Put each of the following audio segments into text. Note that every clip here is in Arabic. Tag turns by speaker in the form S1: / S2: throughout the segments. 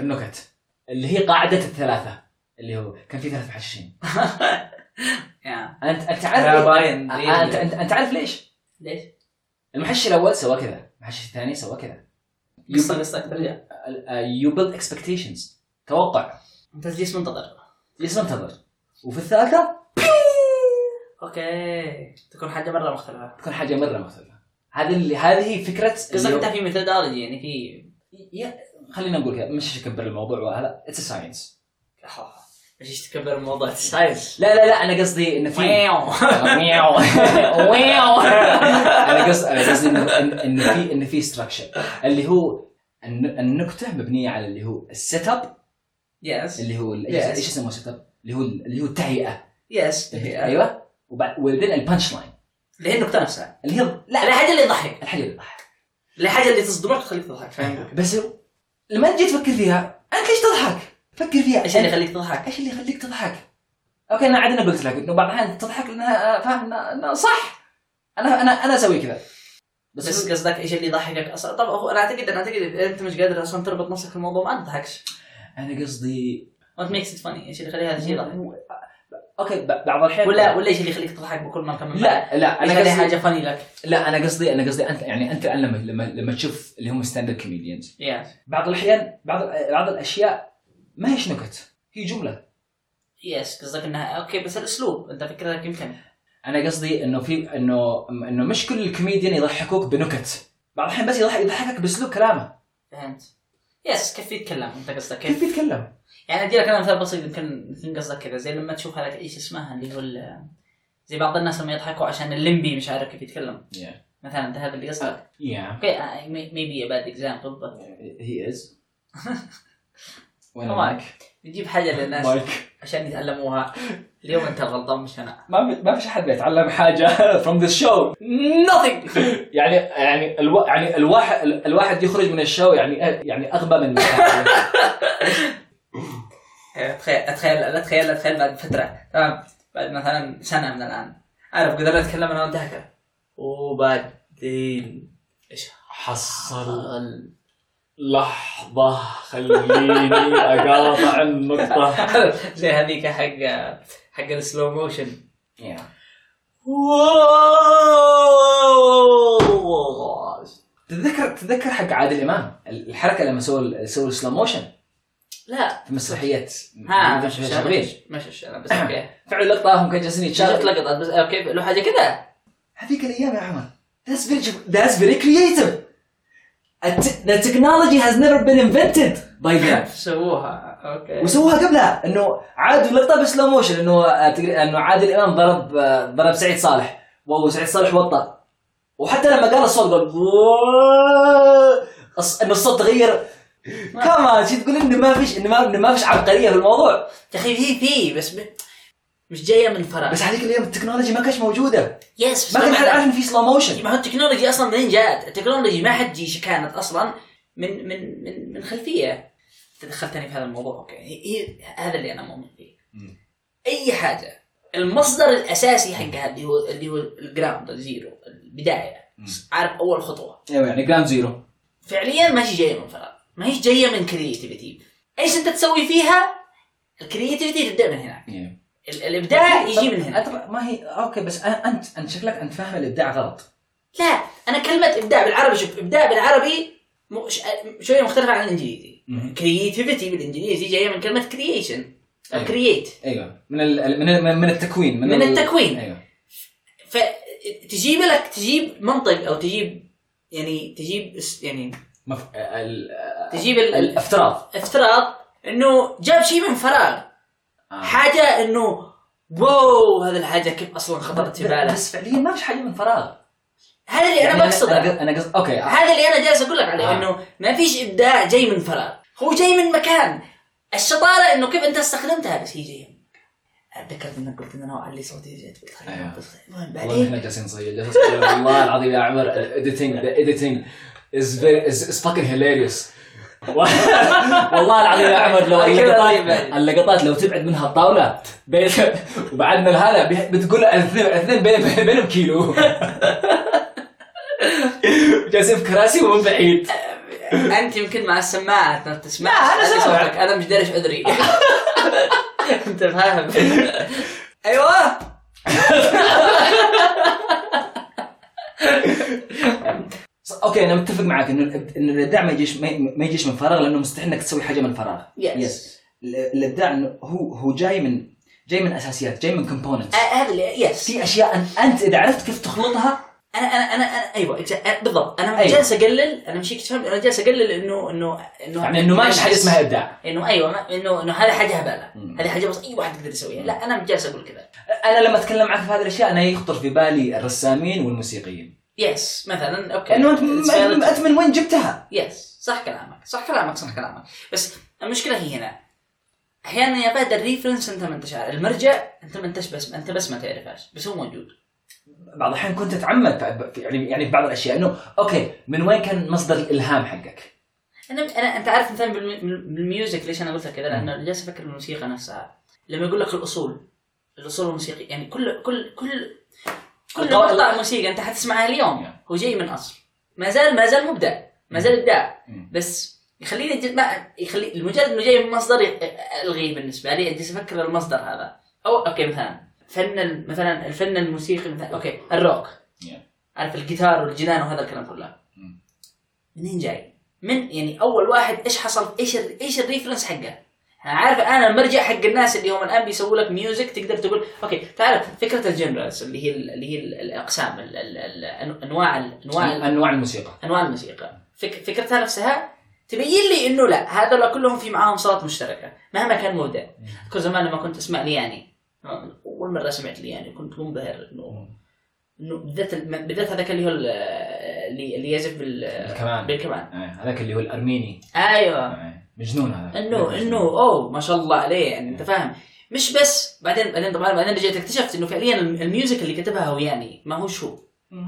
S1: النكت اللي هي قاعده الثلاثه اللي هو كان في ثلاث محششين
S2: يا
S1: انت انت
S2: يا
S1: تعرف
S2: باين
S1: انت انت أنت تعرف ليش؟
S2: ليش؟
S1: المحشش الاول سوى كذا المحشش الثاني سوى كذا uh,
S2: قصه قصه ترجع
S1: يو بيلد اكسبكتيشنز توقع
S2: تسجيل منتظر
S1: جالس منتظر وفي الثالثه
S2: اوكي تكون حاجه مره مختلفه
S1: تكون حاجه مره مختلفه هذه اللي هذه فكره
S2: قصه
S1: اللي-
S2: حتى في ميثودولوجي يعني في
S1: يا- خلينا نقول كذا مش اكبر الموضوع وهذا اتس ساينس
S2: آه، ايش تكبر الموضوع ساينس
S1: لا لا لا انا قصدي انه في
S2: واو
S1: مياو
S2: واو
S1: انا قصدي انا قصدي انه إن- إن في انه في ستراكشر اللي هو الن- النكته مبنيه على اللي هو السيت اب
S2: يس
S1: اللي هو ال-
S2: Yes.
S1: ايش اسمه سيت اب اللي هو اللي هو التهيئه
S2: يس
S1: ايوه وبعد وبعدين البانش لاين
S2: أيوه. اللي هي النكته نفسها
S1: اللي هي
S2: لا الحاجه اللي تضحك
S1: الحاجه اللي تضحك
S2: الحاجه اللي تصدمك تخليك تضحك فاهم
S1: بس لما تجي تفكر فيها انت ليش تضحك؟ فكر فيها
S2: ايش اللي يخليك تضحك
S1: ايش اللي يخليك تضحك؟ اوكي انا عاد انا قلت لك انه بعض الاحيان تضحك لانها آه، فاهم إنها- انها صح انا انا انا اسوي كذا بس,
S2: بس قصدك ايش اللي يضحكك اصلا طب هو انا اعتقد انا اعتقد اذا انت مش قادر اصلا تربط نفسك في الموضوع ما تضحكش
S1: انا قصدي
S2: وات ميكس ات فاني ايش اللي يخلي هذا الشيء يضحك
S1: اوكي ب- بعض الاحيان
S2: ولا ولا ايش اللي يخليك تضحك بكل ما كمل
S1: لا لا
S2: انا
S1: انا
S2: قصدي
S1: قصدي
S2: حاجه فاني لك
S1: لا انا قصدي انا قصدي انت يعني انت الان لما لما لما تشوف اللي هم ستاند اب كوميديانز
S2: يس
S1: بعض الاحيان بعض بعض الاشياء ما هيش نكت هي جمله
S2: يس قصدك انها اوكي بس الاسلوب انت فكرتك يمكن
S1: انا قصدي انه في انه انه مش كل الكوميديان يضحكوك بنكت بعض الاحيان بس يضحك يضحكك باسلوب كلامه
S2: فهمت يس كيف يتكلم انت قصدك كيف
S1: كيف يتكلم
S2: يعني ادي لك انا مثال بسيط يمكن يمكن قصدك كذا زي لما تشوف هذاك ايش اسمها اللي هو ال- زي بعض الناس لما يضحكوا عشان الليمبي مش عارف كيف يتكلم
S1: يا
S2: مثلا انت هذا اللي
S1: آه.
S2: قصدك
S1: يا
S2: اوكي ميبي باد اكزامبل بس
S1: He is. وين
S2: Come on. نجيب حاجه للناس
S1: مايك
S2: عشان يتعلموها اليوم انت غلطان مش انا
S1: ما في ما فيش حد بيتعلم حاجه from the show
S2: nothing
S1: يعني يعني الو... يعني الواحد ال- الواحد يخرج من الشو يعني يعني اغبى من
S2: آه، تخيل اتخيل اتخيل اتخيل بعد فتره تمام بعد مثلا سنه من الان اعرف قدرت اتكلم انا وانتهكه وبعدين ايش
S1: حصل
S2: حصل؟
S1: لحظة خليني أقاطع النقطة
S2: زي هذيك حق حق السلو موشن
S1: تتذكر تتذكر حق عادل إمام الحركة لما سووا ال- سووا السلو موشن
S2: لا
S1: في مسرحية
S2: ها
S1: مش شغبيش
S2: مش انا بس اوكي
S1: فعلا لقطة هم كانوا جالسين
S2: شفت
S1: يتشاركوا
S2: لقطات بس اوكي لو حاجه كذا
S1: هذيك الايام يا عمر that's very that's very creative الت- the technology has never been invented by them
S2: سووها اوكي
S1: وسووها قبلها انه عادوا لقطه بسلو موشن انه آه، تقر- انه عادل امام ضرب آه، ضرب سعيد صالح وسعيد صالح وطى وحتى لما قال الصوت قال "وااااااااااااااااااااااااااااااااااااااااااااااا". أص- انه الصوت تغير كمان شي تقول انه ما فيش انه ما, إنه ما فيش عبقريه في الموضوع
S2: يا اخي في في بس م- مش جايه من فراغ
S1: بس هذيك الايام التكنولوجي ما كانش موجوده
S2: يس بس
S1: ما كان
S2: لما-
S1: حد عارف ان في سلو موشن
S2: ما هو التكنولوجي اصلا منين جات؟ التكنولوجي ما حد جي كانت اصلا من من من من خلفيه تدخلتني في هذا الموضوع اوكي هي هي- هذا اللي انا مؤمن فيه
S1: مم.
S2: اي حاجه المصدر الاساسي حقها اللي هو اللي هو الجراوند الزيرو البدايه
S1: مم.
S2: عارف اول خطوه
S1: ايوه يعني جراند زيرو
S2: فعليا ما هي جايه من فراغ ما هي جايه من كرياتيفيتي ايش انت تسوي فيها الكرياتيفيتي تبدا من هناك ال- الابداع يجي من هنا
S1: أتبع- ما هي اوكي بس أ- انت انت شكلك انت فاهم الابداع غلط
S2: لا انا كلمه ابداع بالعربي شوف ابداع بالعربي م- ش- شويه مختلفه عن الانجليزي كرياتيفيتي بالانجليزي جايه من كلمه كرييشن
S1: أيوة.
S2: كرييت
S1: ايوه من ال- ال- من ال- من التكوين
S2: من
S1: ال-
S2: التكوين.
S1: ايوه
S2: فتجيب لك تجيب منطق او تجيب يعني تجيب اس- يعني
S1: مف... ال...
S2: تجيب ال-
S1: الافتراض
S2: افتراض انه جاب شيء من فراغ
S1: آه.
S2: حاجه انه واو هذه الحاجه كيف اصلا خطرت في باله
S1: بس فعليا ما فيش حاجه من فراغ
S2: هذا اللي انا إيه، بقصده
S1: انا أنا قصد اوكي آه.
S2: هذا اللي انا جالس اقول لك عليه
S1: آه.
S2: انه ما فيش ابداع جاي من فراغ هو جاي من مكان الشطاره انه كيف انت استخدمتها بس هي جايه من- اتذكرت انك قلت ان انا علي صوتي جت قلت خليني
S1: أيوه.
S2: أحط صوتي. المهم
S1: والله
S2: بعدين
S1: احنا جالسين نصيح جالسين نصيح. والله العظيم يا عمر الايديتنج ذا ايديتنج از فيري از فاكن هيلاريوس والله العظيم يا عمر لو
S2: أكيد
S1: اللقطات
S2: أكيد.
S1: اللقطات لو تبعد منها الطاوله بين وبعدنا الهلا بي- بتقول الاثنين الاثنين بين- بينهم كيلو جالسين في كراسي ومن بعيد
S2: انت يمكن مع السماعات ما تسمع
S1: لا، أنا
S2: أنا
S1: سامع.
S2: أسمعك. انا مش دارش ادري انت فاهم ايوه
S1: ص- اوكي انا متفق معك انه الإب- انه الابداع ما يجيش ما ي- ما يجيش من فراغ لانه مستحيل انك تسوي حاجه من فراغ Yes.
S2: يس
S1: ال- الابداع انه هو هو جاي من جاي من اساسيات جاي من كومبوننتس
S2: آه، هذا اللي يس
S1: في اشياء أن- انت اذا عرفت كيف تخلطها
S2: انا انا انا, أنا ايوه إجا- بالضبط انا
S1: أيوة.
S2: جالس اقلل انا مشيك تفهم انا جالس اقلل انه انه انه
S1: يعني انه ما فيش حاجه اسمها ابداع
S2: انه ايوه ما- انه انه هذا حاجه هباله
S1: مم.
S2: هذه حاجه بس اي واحد يقدر يسويها لا انا جالس اقول كذا
S1: انا لما اتكلم معك في هذه الاشياء انا يخطر في بالي الرسامين والموسيقيين
S2: يس مثلا اوكي
S1: انه انت
S2: It's
S1: م-
S2: valid.
S1: انت من وين جبتها؟
S2: يس صح كلامك صح كلامك صح كلامك بس المشكله هي هنا احيانا يا بعد الريفرنس انت ما انتش عارف المرجع انت ما انتش بس انت بس ما تعرفهاش بس هو موجود
S1: بعض الاحيان كنت اتعمد في- في- يعني يعني في بعض الاشياء انه اوكي من وين كان مصدر الالهام حقك؟
S2: انا انا انت عارف مثلا بالم- بالميوزك ليش انا قلت كذا لانه جالس افكر بالموسيقى نفسها لما يقول لك الاصول الاصول الموسيقيه يعني كل كل كل كل
S1: القواعد-
S2: مقطع موسيقى انت حتسمعها اليوم هو جاي من اصل ما زال ما زال مبدع ما زال ابداع
S1: مم.
S2: بس يخليني أجل ما يخلي لمجرد انه جاي من مصدر ي- الغي بالنسبه لي اجلس افكر المصدر هذا او اوكي مثلا فن ال- مثلا الفن الموسيقي مثلا اوكي الروك
S1: Yeah.
S2: عارف الجيتار والجنان وهذا الكلام كله
S1: مم.
S2: منين جاي؟ من يعني اول واحد ايش حصل؟ ايش ال- ايش الريفرنس حقه؟ انا عارف انا المرجع حق الناس اللي هم الان بيسووا لك ميوزك تقدر تقول اوكي تعال فكره الجنرالز اللي هي ال- اللي هي ال- الاقسام ال- ال- ال- انواع ال- انواع ال-
S1: انواع الموسيقى
S2: انواع الموسيقى فك فكرتها نفسها تبين لي انه لا هذول كلهم في معاهم صلات مشتركه مهما كان مبدع اذكر زمان لما كنت اسمع لياني اول مره سمعت لياني كنت منبهر انه انه بالذات الم- بالذات هذاك اللي هو ال- اللي اللي يعزف بال
S1: الكمان
S2: بالكمان
S1: إيه، هذاك اللي هو الارميني
S2: ايوه
S1: إيه، مجنون هذا
S2: انه انه اوه ما شاء الله عليه يعني انت فاهم مش بس بعدين بعدين طبعا بعدين رجعت اكتشفت انه فعليا الم- الميوزك اللي كتبها هو يعني ما هو شو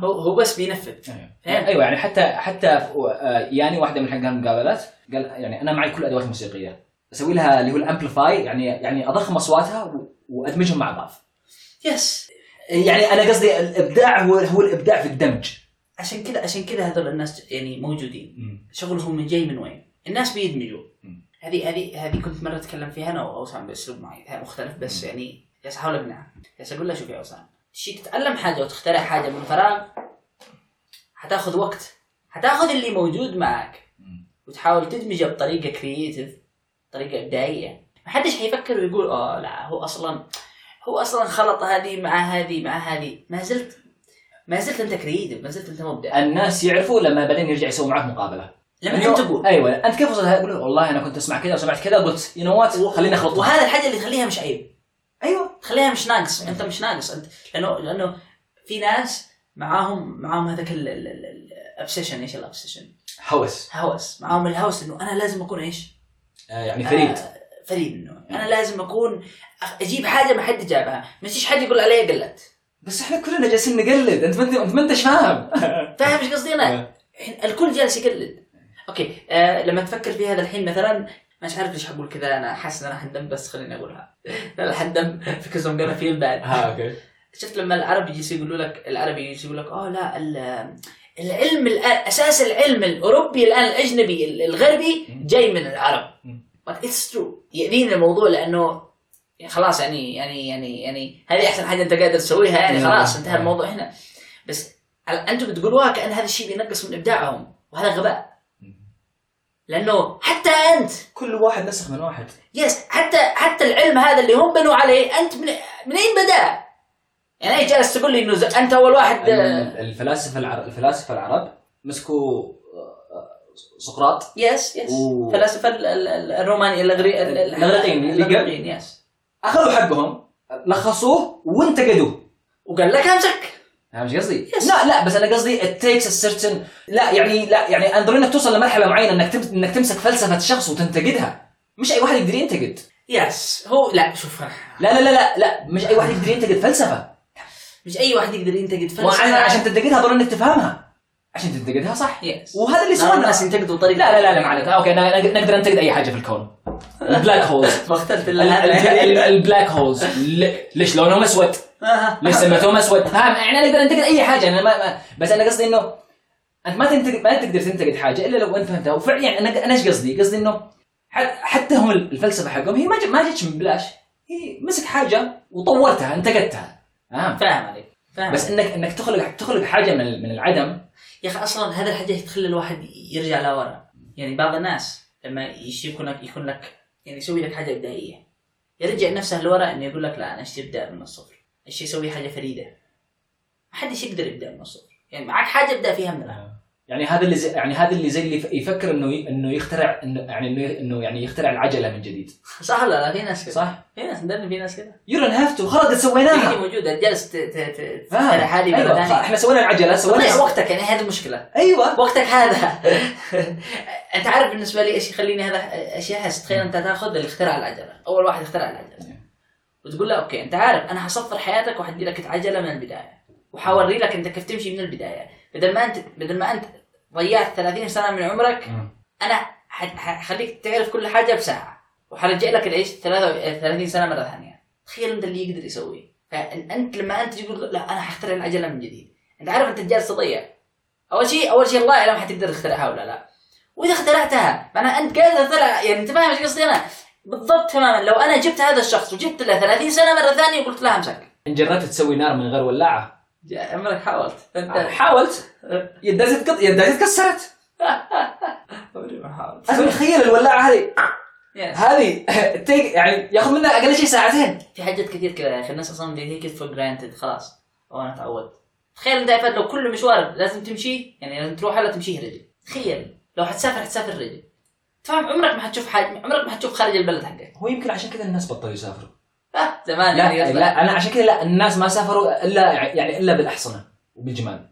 S2: هو هو بس بينفذ
S1: أيوة.
S2: فهمت؟
S1: ايوه يعني حتى حتى ف- آه، يعني واحده من حقها المقابلات قال يعني انا معي كل الادوات الموسيقيه اسوي لها اللي هو الامبليفاي يعني يعني اضخم اصواتها و- وادمجهم مع بعض
S2: يس
S1: يعني انا قصدي الابداع هو هو الابداع في الدمج
S2: عشان كذا عشان كذا هذول الناس يعني موجودين شغلهم من جاي من وين؟ الناس بيدمجوا
S1: مم.
S2: هذه هذه هذه كنت مره اتكلم فيها انا واوسام باسلوب معي مختلف بس
S1: مم.
S2: يعني جالس احاول اقنعها جالس اقول له شوف يا اوسام تشي تتعلم حاجه وتخترع حاجه من فراغ حتاخذ وقت حتاخذ اللي موجود معك
S1: مم.
S2: وتحاول تدمجه بطريقه كرييتيف طريقه ابداعيه ما حدش حيفكر ويقول اه لا هو اصلا هو اصلا خلط هذه مع هذه مع هذه ما زلت ما زلت انت كرييتيف ما زلت انت مبدع
S1: الناس يعرفوا لما بعدين يرجع يسوي معك مقابله
S2: لما انت
S1: إنه-
S2: تقول
S1: ايوه انت كيف وصلت لها؟ يقول والله انا كنت اسمع كذا وسمعت كذا قلت يو نو وات خليني اخلطها
S2: وهذا الحاجه اللي تخليها مش عيب
S1: ايوه
S2: تخليها مش ناقص انت مش ناقص انت لانه لانه في ناس معاهم معاهم هذاك الابسيشن ايش الابسيشن؟
S1: هوس
S2: هوس معاهم الهوس انه انا لازم اكون ايش؟
S1: آه، يعني فريد
S2: آه فريد انه انا لازم اكون أخ- اجيب حاجه ما حد جابها ما فيش حد يقول علي قلت
S1: بس احنا كلنا جالسين نقلد انت ما انت انت ما انتش فاهم
S2: فاهم ايش قصدي انا؟
S1: آه.
S2: الحين الكل جالس يقلد اوكي آه لما تفكر في هذا الحين مثلا مش عارف ليش حقول كذا انا حاسس ان انا حندم بس خليني اقولها لا حندم فكرة قالوا فيلم بعد
S1: ها اوكي
S2: شفت لما العرب يجي يقولوا لك العربي يجي يقول لك اه لا ال- العلم الآن اساس العلم الاوروبي الان الاجنبي ال- الغربي جاي من العرب
S1: مم.
S2: بس اتس ترو يأذيني الموضوع لانه خلاص يعني يعني يعني يعني هذه احسن حاجه انت قادر تسويها يعني
S1: نعم.
S2: خلاص انتهى
S1: نعم.
S2: الموضوع هنا بس على- انتم بتقولوها كان هذا الشيء بينقص من ابداعهم وهذا غباء لانه حتى انت
S1: كل واحد نسخ من واحد
S2: يس حتى حتى العلم هذا اللي هم بنوا عليه انت من من اين بدا؟ يعني ايش جالس تقول لي انه ز- انت اول واحد آه،
S1: ال- الفلاسفه العرب الفلاسفه العرب مسكوا آه، سقراط
S2: يس يس
S1: أوه.
S2: فلاسفه ال- ال- ال- الروماني الأغري- ال- ال-
S1: الإغريقيين، اللي قبل.
S2: الاغريقيين يس
S1: اخذوا حقهم لخصوه وانتقدوه
S2: وقال لك امسك
S1: فاهم ايش قصدي؟
S2: Yes.
S1: لا لا بس انا قصدي it takes a certain لا يعني لا يعني انظرينا توصل لمرحله معينه انك تم... انك تمسك فلسفه شخص وتنتقدها مش اي واحد يقدر ينتقد
S2: يس هو لا شوف
S1: لا لا لا لا لا مش اي واحد يقدر ينتقد فلسفه
S2: مش اي واحد يقدر ينتقد
S1: مو عشان عشان تنتقدها ضروري انك تفهمها عشان تنتقدها صح
S2: يس
S1: وهذا اللي
S2: لا،
S1: سوى
S2: الناس
S1: الناس
S2: ينتقدوا طريقه
S1: لا لا لا لا ما عليك اوكي أنا- أنا- نقدر ننتقد اي حاجه في الكون البلاك هولز
S2: ما اختلف
S1: ال-
S2: الا
S1: ال-
S2: هذا.
S1: ال- البلاك هولز ل- ليش لونهم اسود؟
S2: آه.
S1: ليش سميتهم اسود؟ فاهم يعني نقدر ننتقد اي حاجه انا ما ما- بس انا قصدي انه انت ما تنتقد ما تقدر تنتقد حاجه الا لو انت فهمتها وفعلا يعني انا انا ايش قصدي؟ قصدي انه حت- حتى هم الفلسفه حقهم هي ما ج- ما جتش من بلاش هي مسك حاجه وطورتها انتقدتها فاهم؟
S2: فاهم عليك فاهم
S1: بس انك انك تخلق تخلق حاجه من ال- من العدم
S2: يا اخي اصلا هذا الحديث تخلي الواحد يرجع لورا يعني بعض الناس لما يشي يكون لك يكون لك يعني يسوي لك حاجه ابداعيه يرجع نفسه لورا انه يقول لك لا انا اشتي ابدا من الصفر اشتي اسوي حاجه فريده ما حدش يقدر يبدا من الصفر يعني معك حاجه ابدا فيها من الان
S1: يعني هذا اللي زي يعني هذا اللي زي اللي ف- يفكر انه ي- انه يخترع انه يعني انه انه يعني يخترع العجله من جديد
S2: صح ولا لا في ناس آه. كذا
S1: صح؟
S2: في ناس ندرب في ناس كذا
S1: يو دونت هاف تو خلاص قد
S2: هي
S1: سويناها
S2: موجوده جالس ت- ت- ت-
S1: فاهم.
S2: تخترع حالي مره
S1: ايوه
S2: ثانيه
S1: احنا سوينا العجله
S2: تضيع
S1: سوينا
S2: وقتك يعني هذه المشكله
S1: ايوه
S2: وقتك هذا انت عارف بالنسبه لي ايش يخليني هذا اشياء احس تخيل انت تاخذ اللي اخترع العجله اول واحد اخترع العجله وتقول له اوكي انت عارف انا حصفر حياتك وحدي لك العجله من البدايه وحوري لك انت كيف تمشي من البدايه بدل ما انت بدل ما انت ضيعت 30 سنه من عمرك انا ح- ح- حخليك تعرف كل حاجه بساعه وحرجع لك العيش 33 سنه مره ثانيه تخيل انت اللي يقدر يسويه فانت لما انت تقول لا انا حخترع العجله من جديد انت عارف انت جالس تضيع اول شيء اول شيء الله يعلم حتقدر تخترعها ولا لا واذا اخترعتها معناها انت قادر تطلع يعني انت فاهم ايش قصدي انا بالضبط تماما لو انا جبت هذا الشخص وجبت له 30 سنه مره ثانيه وقلت له امسك
S1: ان جربت تسوي نار من غير ولاعه
S2: جا- عمرك حاولت انت
S1: حاولت آه، يداتي تكت... يداتي اتكسرت
S2: عمري ما حاولت
S1: أنا تخيل الولاعه هذه
S2: يس.
S1: هذه تيك يعني ياخذ منها اقل شيء ساعتين
S2: في حاجات كثير كذا يا اخي الناس اصلا دي هيك فور جرانتد خلاص او انا تعودت تخيل انت يا فهد لو كل مشوار لازم تمشي يعني لازم تروح ولا تمشيه رجل تخيل لو حتسافر حتسافر رجل تفهم عمرك ما حتشوف حاجة عمرك ما حتشوف خارج البلد حقك
S1: هو يمكن عشان كذا الناس بطلوا يسافروا
S2: آه، زمان يعني
S1: لا
S2: قصدك.
S1: لا انا عشان كذا لا الناس ما سافروا الا يعني الا بالاحصنه وبالجمال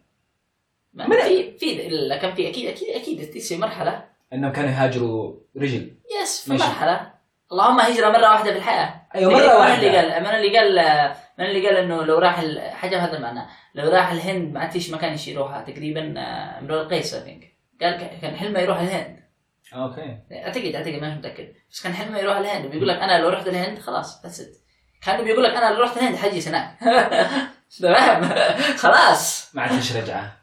S2: ما
S1: من-
S2: في في لا كان في اكيد اكيد اكيد تصير مرحله
S1: انهم كانوا يهاجروا رجل
S2: يس في
S1: ماشي.
S2: مرحله اللهم هجره مره واحده في الحياه
S1: ايوه
S2: من
S1: مره واحده
S2: اللي إيه، قال من اللي قال من اللي قال انه لو راح ال- حاجه بهذا المعنى لو راح الهند ما عاد فيش مكان يروحها تقريبا آه، امرؤ القيس I think. قال ك- كان حلمه يروح الهند
S1: اوكي
S2: اعتقد اعتقد ماني متاكد بس كان حلمه يروح الهند بيقول لك انا لو رحت الهند خلاص بس كان بيقول لك انا لو رحت الهند حجي هناك تمام خلاص
S1: ما عاد فيش رجعه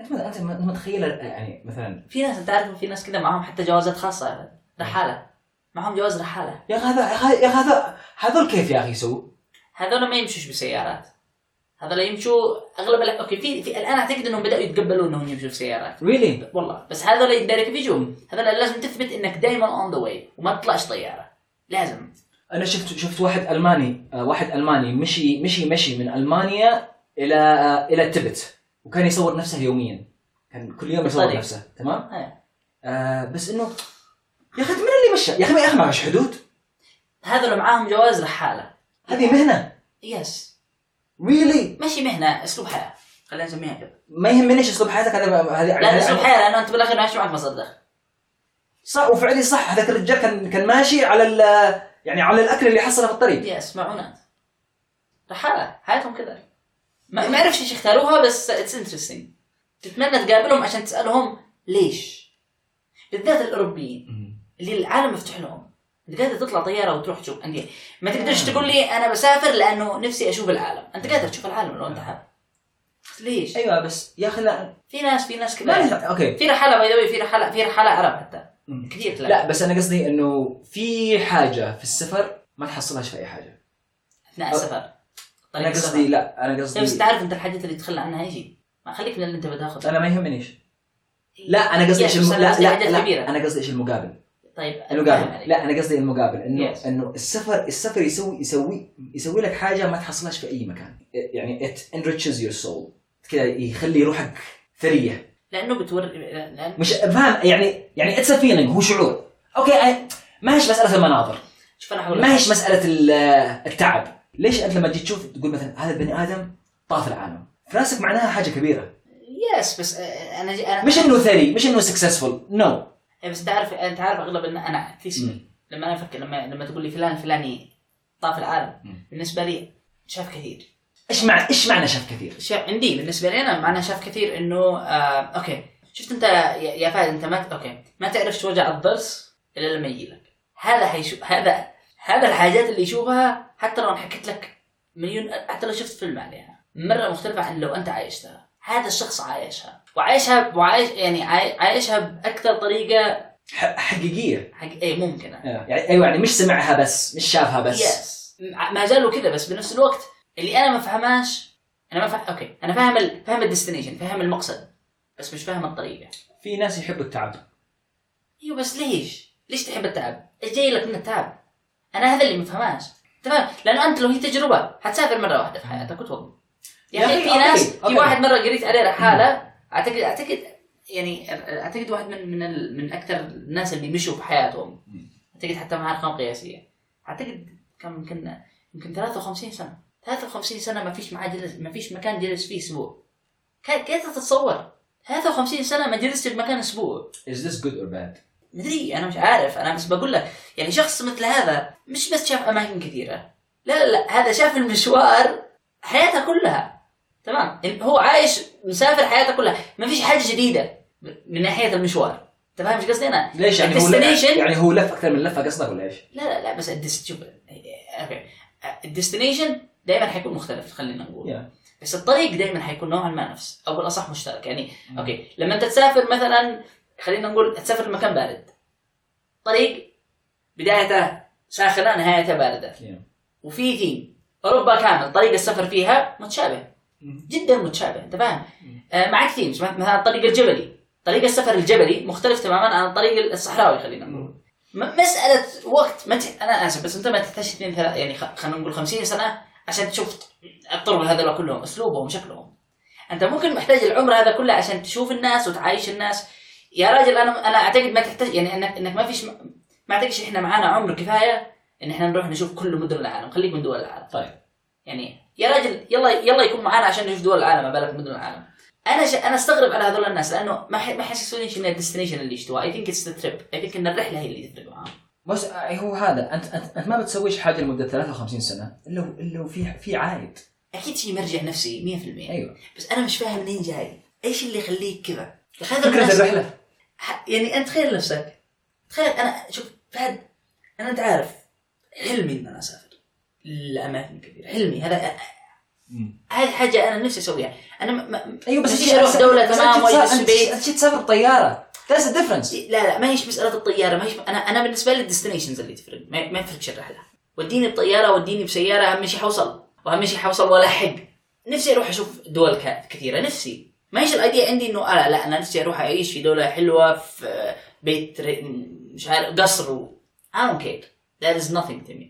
S1: انت ما انت ما أنت متخيل يعني مثلا
S2: في ناس انت عارف في ناس كذا معاهم حتى جوازات خاصه رحاله معاهم جواز رحاله
S1: يا اخي هذا يا أخي- يا أخي هذا هذول كيف يا اخي يسووا؟
S2: هذول ما يمشوش بسيارات هذول يمشوا اغلب ال- اوكي في, في الان اعتقد انهم بداوا يتقبلوا انهم يمشوا بسيارات
S1: ريلي
S2: والله بس هذول يدارك بيجوا هذول لازم تثبت انك دائما اون ذا واي وما تطلعش طياره لازم
S1: انا شفت شفت واحد الماني آه، واحد الماني مشي مشي مشي من المانيا الى آه، الى التبت وكان يصور نفسه يوميا كان كل يوم يصور
S2: بالطريق.
S1: نفسه تمام؟
S2: إيه.
S1: آه بس انه يا اخي من اللي مشى؟ يا اخي ما- يا اخي ما فيش حدود
S2: هذول معاهم جواز رحاله
S1: هذه مهنه
S2: يس
S1: ريلي
S2: ماشي مهنه اسلوب حياه خلينا نسميها كذا
S1: ما يهمني ايش اسلوب حياتك هذا هذه
S2: لا
S1: هذه-
S2: اسلوب حياه لانه انت بالاخير ماشي معك مصدر دخل
S1: صح وفعلي صح هذاك الرجال كان كان ماشي على ال يعني على الاكل اللي حصله في الطريق
S2: يس معونات رحاله حياتهم كذا ما ما اعرفش ايش اختاروها بس اتس انترستنج تتمنى تقابلهم عشان تسالهم ليش بالذات الاوروبيين اللي العالم مفتوح لهم انت قادر تطلع طياره وتروح تشوف انديه ما تقدرش
S1: آه.
S2: تقول لي انا بسافر لانه نفسي اشوف العالم انت قادر تشوف العالم لو انت
S1: آه.
S2: حاب بس ليش
S1: ايوه بس يا اخي لا
S2: في ناس في ناس
S1: ما
S2: كذا
S1: لها- اوكي
S2: في رحاله باي ذا في رحاله في رحاله عرب حتى
S1: مم.
S2: كثير تلاقي
S1: لا بس انا قصدي انه في حاجه في السفر ما تحصلهاش في اي حاجه
S2: اثناء السفر
S1: انا قصدي لا انا
S2: السفر. بس
S1: قصدي
S2: انت عارف انت الحاجات اللي تخلى عنها ايش ما خليك من اللي انت بتاخذه
S1: انا ما يهمنيش لا انا قصدي ايش
S2: Yes، بس
S1: الم...
S2: أنا
S1: لا
S2: قصدي
S1: لا,
S2: حاجات
S1: لا
S2: كبيرة.
S1: انا قصدي ايش المقابل
S2: طيب فاهم عليك.
S1: المقابل لا انا قصدي المقابل انه
S2: Yes.
S1: انه السفر السفر يسوي يسوي يسوي لك حاجه ما تحصلهاش في اي مكان يعني it enriches your soul كذا يخلي روحك ثريه
S2: لانه بتوري لأن...
S1: مش فاهم يعني يعني اتس فيلينج هو شعور اوكي أي- ما هيش مساله المناظر
S2: شوف انا هقول
S1: ما
S2: لك
S1: هيش مساله ال- التعب ليش انت لما تجي تشوف تقول مثلا هذا البني ادم طاف العالم في راسك معناها حاجه كبيره
S2: يس بس آه، انا انا
S1: مش انه ثري مش انه سكسسفول نو
S2: إيه بس تعرف انت عارف اغلب ان انا
S1: مم.
S2: تسمي لما انا افكر لما لما تقول لي فلان فلاني طاف العالم
S1: مم.
S2: بالنسبه لي شاف كثير
S1: ايش معنى ايش معنى شاف كثير
S2: شاف عندي بالنسبه لي انا معناه شاف كثير انه آه اوكي شفت انت يا- يا فهد انت ما اوكي ما تعرف توجع الضرس الا لما يجيلك هذا حيشوف هذا هذا الحاجات اللي يشوفها حتى لو أنا حكيت لك مليون حتى لو شفت فيلم عليها مره مختلفه عن لو انت عايشتها هذا الشخص عايشها وعايشها وعايش يعني عاي- عايشها باكثر طريقه
S1: ح- حقيقيه
S2: حق إيه، اي ممكنه
S1: يعني ايوه يعني مش سمعها بس مش شافها بس
S2: يس م- ما زالوا كذا بس بنفس الوقت اللي انا ما فهماش انا ما فهم اوكي انا فاهم ال... فاهم الديستنيشن فاهم المقصد بس مش فاهم الطريقه
S1: في ناس يحبوا التعب
S2: ايوه بس ليش؟ ليش تحب التعب؟ ايش جاي لك من التعب؟ انا هذا اللي ما فهماش تمام لانه انت لو هي تجربه حتسافر مره واحده في حياتك وتوقف يا
S1: يا
S2: اخي
S1: أخي،
S2: في
S1: أوكي،
S2: ناس في
S1: أوكي.
S2: واحد مره قريت عليه حاله اعتقد اعتقد يعني اعتقد واحد من من ال- من اكثر الناس اللي مشوا في حياتهم اعتقد حتى مع ارقام قياسيه اعتقد كان يمكن يمكن 53 سنه 53 سنه ما فيش معاه جلس ما فيش مكان جلس فيه اسبوع كيف كيف تتصور 53 سنه ما جلست في مكان اسبوع
S1: is this good or bad
S2: مدري انا مش عارف انا بس بقول لك يعني شخص مثل هذا مش بس شاف اماكن كثيره لا لا, لا هذا شاف المشوار حياته كلها تمام يعني هو عايش مسافر حياته كلها ما فيش حاجه جديده من ناحيه المشوار انت فاهم ايش قصدي انا؟
S1: ليش يعني هو
S2: Destination.
S1: يعني هو لف اكثر من لفه قصدك ولا ايش؟
S2: لا لا لا بس الدس شوف اوكي الديستنيشن دائما حيكون مختلف خلينا نقول بس الطريق دائما حيكون نوعا ما نفس او بالاصح مشترك يعني اوكي لما انت تسافر مثلا خلينا نقول تسافر لمكان بارد طريق بدايته ساخنه نهايته بارده وفي ثيم اوروبا كامل طريق السفر فيها متشابه جدا متشابه انت فاهم
S1: مم.
S2: آه معك ثيمز مثلا الطريق الجبلي طريق السفر الجبلي مختلف تماما عن الطريق الصحراوي خلينا نقول م- مسألة وقت ما تح... أنا آسف بس أنت ما تحتاج اثنين ثلاث يعني خ- خلينا نقول 50 سنة عشان تشوف الطرق هذول كلهم أسلوبهم شكلهم أنت ممكن محتاج العمر هذا كله عشان تشوف الناس وتعايش الناس يا راجل أنا أنا أعتقد ما تحتاج يعني أنك أنك ما فيش م- ما أعتقدش إحنا معانا عمر كفاية إن إحنا نروح نشوف كل مدن العالم خليك من دول العالم
S1: طيب
S2: يعني يا راجل يلا يلا يكون معانا عشان نشوف دول العالم ما بالك مدن العالم انا ش... انا استغرب على هذول الناس لانه ما ح... ما حسسونيش ان الديستنيشن اللي يشتوى اي ثينك اتس ذا تريب اي ثينك ان الرحله هي اللي تفرق معاهم
S1: بس آه، هو هذا انت انت, أنت ما بتسويش حاجه لمده 53 سنه الا هو- الا هو في في عائد
S2: اكيد في مرجع نفسي 100%
S1: ايوه
S2: بس انا مش فاهم منين جاي ايش اللي يخليك كذا هذا
S1: فكره
S2: الناس-
S1: الرحله
S2: ح- يعني انت تخيل نفسك تخيل انا شوف فهد انا انت عارف حلمي ان انا اسافر لاماكن كثيره حلمي هذا هذه حاجه انا نفسي اسويها انا ما- ما
S1: ايوه بس
S2: نفسي اروح دوله تمام واجلس في بيت
S1: انت شي تسافر طياره ذاتس ديفرنس
S2: لا لا ما هيش مساله الطياره ما هيش انا انا بالنسبه لي الديستنيشنز اللي تفرق ما, ما يفرقش الرحله وديني بطياره وديني بسياره اهم شيء حوصل واهم شيء حوصل ولا حق نفسي اروح اشوف دول ك- كثيره نفسي ما هيش الايديا عندي انه آه لا انا نفسي اروح اعيش في دوله حلوه في آه، بيت ري- م- مش عارف قصر و... I don't care that is nothing to me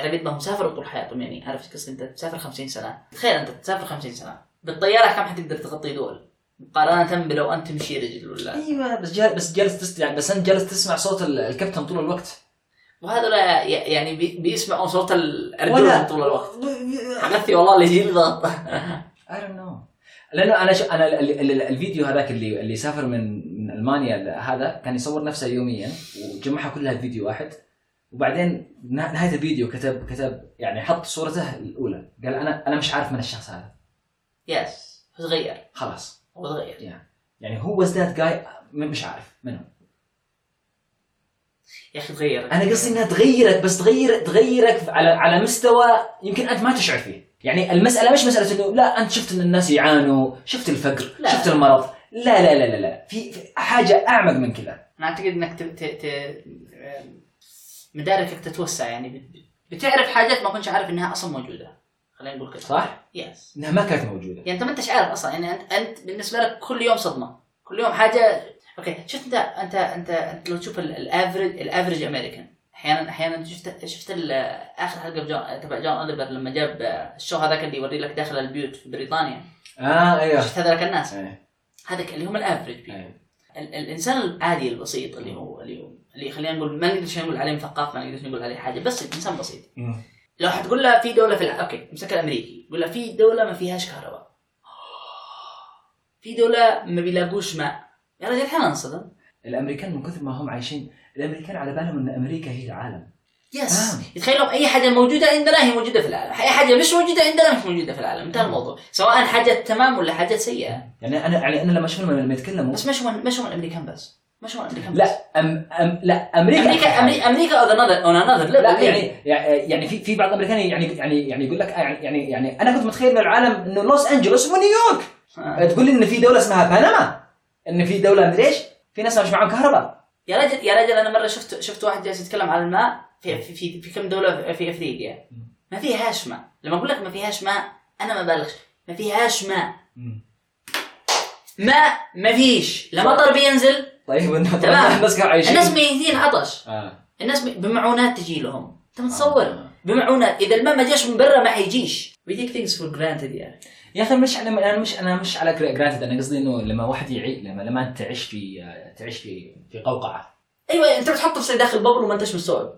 S2: انا قد ما هم سافروا طول حياتهم يعني عرفت قصدي انت تسافر 50 سنه تخيل انت تسافر 50 سنه بالطياره كم حتقدر تغطي دول مقارنه بلو انت تمشي رجل ولا
S1: ايوه بس جال بس جالس تس... يعني بس انت جالس تسمع صوت ال- الكابتن طول الوقت
S2: وهذا يعني بي- بيسمعوا صوت الارجل طول الوقت حمثي والله اللي يجي لي ضغط
S1: I don't know لانه انا ش... انا ال... ال... ال- الفيديو هذاك اللي اللي سافر من من المانيا ل- هذا كان يصور نفسه يوميا وجمعها كلها في فيديو واحد وبعدين نا- نهايه الفيديو كتب كتب يعني حط صورته الاولى قال انا انا مش عارف من الشخص هذا
S2: يس هو تغير
S1: خلاص
S2: هو تغير
S1: يعني هو واز ذات جاي مش عارف من هو
S2: يا اخي تغير
S1: انا قصدي انها تغيرك بس تغير تغيرك على على مستوى يمكن انت ما تشعر فيه يعني المساله مش مساله انه لا انت شفت ان الناس يعانوا شفت الفقر
S2: لا.
S1: شفت المرض لا لا لا لا, لا. في, في حاجه اعمق من كذا
S2: انا اعتقد انك ت... ت... ت... مداركك تتوسع يعني بت- بتعرف حاجات ما كنتش عارف انها اصلا موجوده خلينا نقول كذا
S1: صح؟
S2: يس
S1: انها ما كانت موجوده
S2: يعني انت ما انتش عارف اصلا يعني انت انت بالنسبه لك كل يوم صدمه كل يوم حاجه اوكي شفت انت انت انت, انت لو تشوف الافرج الافرج امريكان احيانا احيانا شفت شفت ال- اخر حلقه بجون تبع جون اوليفر لما جاب الشو هذاك اللي يوري لك داخل البيوت في بريطانيا
S1: اه ايوه
S2: شفت هذاك الناس
S1: إيه،
S2: هذاك اللي هم الافرج بيبل
S1: إيه.
S2: ال- الانسان العادي البسيط اللي هو اللي هو اللي خلينا نقول ما نقدرش نقول عليه مثقف ما نقدرش نقول عليه حاجه بس الانسان بسيط
S1: مم.
S2: لو حتقول لها في دوله في الع... اوكي امسك الامريكي قول لها في دوله ما فيهاش كهرباء في دوله ما بيلاقوش ماء يا رجل احنا ننصدم
S1: الامريكان من كثر ما هم عايشين الامريكان على بالهم ان امريكا هي العالم
S2: يس
S1: نعم.
S2: يتخيلوا اي حاجه موجوده عندنا هي موجوده في العالم اي حاجه مش موجوده عندنا مش موجوده في العالم انتهى الموضوع سواء حاجات تمام ولا حاجات سيئه
S1: يعني انا يعني انا لما اشوفهم لما يتكلموا
S2: بس ما شو ما شو الامريكان بس ما شو الامريكان بس
S1: لا أم أم لا امريكا
S2: امريكا امريكا امريكا اون انذر اون انذر
S1: لا يعني يعني في آه، في بعض الامريكان يعني يعني يعني يقول لك يعني يعني يعني انا كنت متخيل ان العالم انه لوس انجلوس ونيويورك
S2: آه.
S1: تقول لي ان في دوله اسمها بنما ان في دوله مدري ايش في ناس مش معاهم كهرباء
S2: يا رجل يا رجل انا مره شفت شفت واحد جالس يتكلم عن الماء في في في, في كم دوله في افريقيا ما فيهاش ماء لما اقول لك ما فيهاش ماء انا ما بالغش ما فيهاش ماء ماء ما فيش لا مطر بينزل
S1: طيب انه
S2: تمام.
S1: الناس كانوا عايشين
S2: الناس ميتين عطش
S1: آه.
S2: الناس ب- بمعونات تجي لهم انت متصور بمعونات اذا الماء ما جاش من برا ما حيجيش we take things for granted يعني.
S1: يا
S2: يا اخي
S1: اخي مش على انا مش انا مش على جرانتد انا قصدي انه لما واحد يعي لما لما انت تعيش في آه، تعيش في في قوقعه
S2: ايوه انت بتحط نفسك داخل ببل وما انتش مستوعب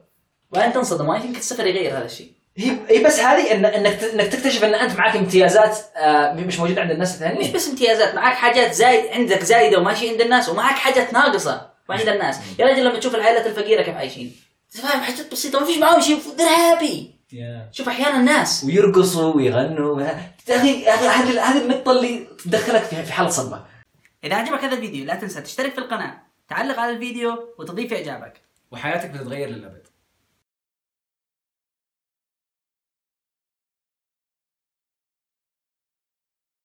S2: وانت تنصدم اي ثينك السفر يغير هذا الشيء
S1: هي هي بس هذه إن- انك ت- انك تكتشف ان انت معك امتيازات آه، مش موجوده عند الناس
S2: مش
S1: الثانيين
S2: بس امتيازات معك حاجات زايد عندك زايده وماشي عند الناس ومعك حاجات ناقصه وعند الناس يا رجل لما تشوف العائلات الفقيره كيف عايشين فاهم حاجات بسيطه ما فيش معاهم شيء they're happy شوف احيانا الناس
S1: ويرقصوا ويغنوا يا اخي يا اخي هذه هذه النقطه اللي تدخلك في في حاله صدمه
S2: اذا عجبك هذا الفيديو لا تنسى تشترك في القناه تعلق على الفيديو وتضيف اعجابك
S3: وحياتك بتتغير للابد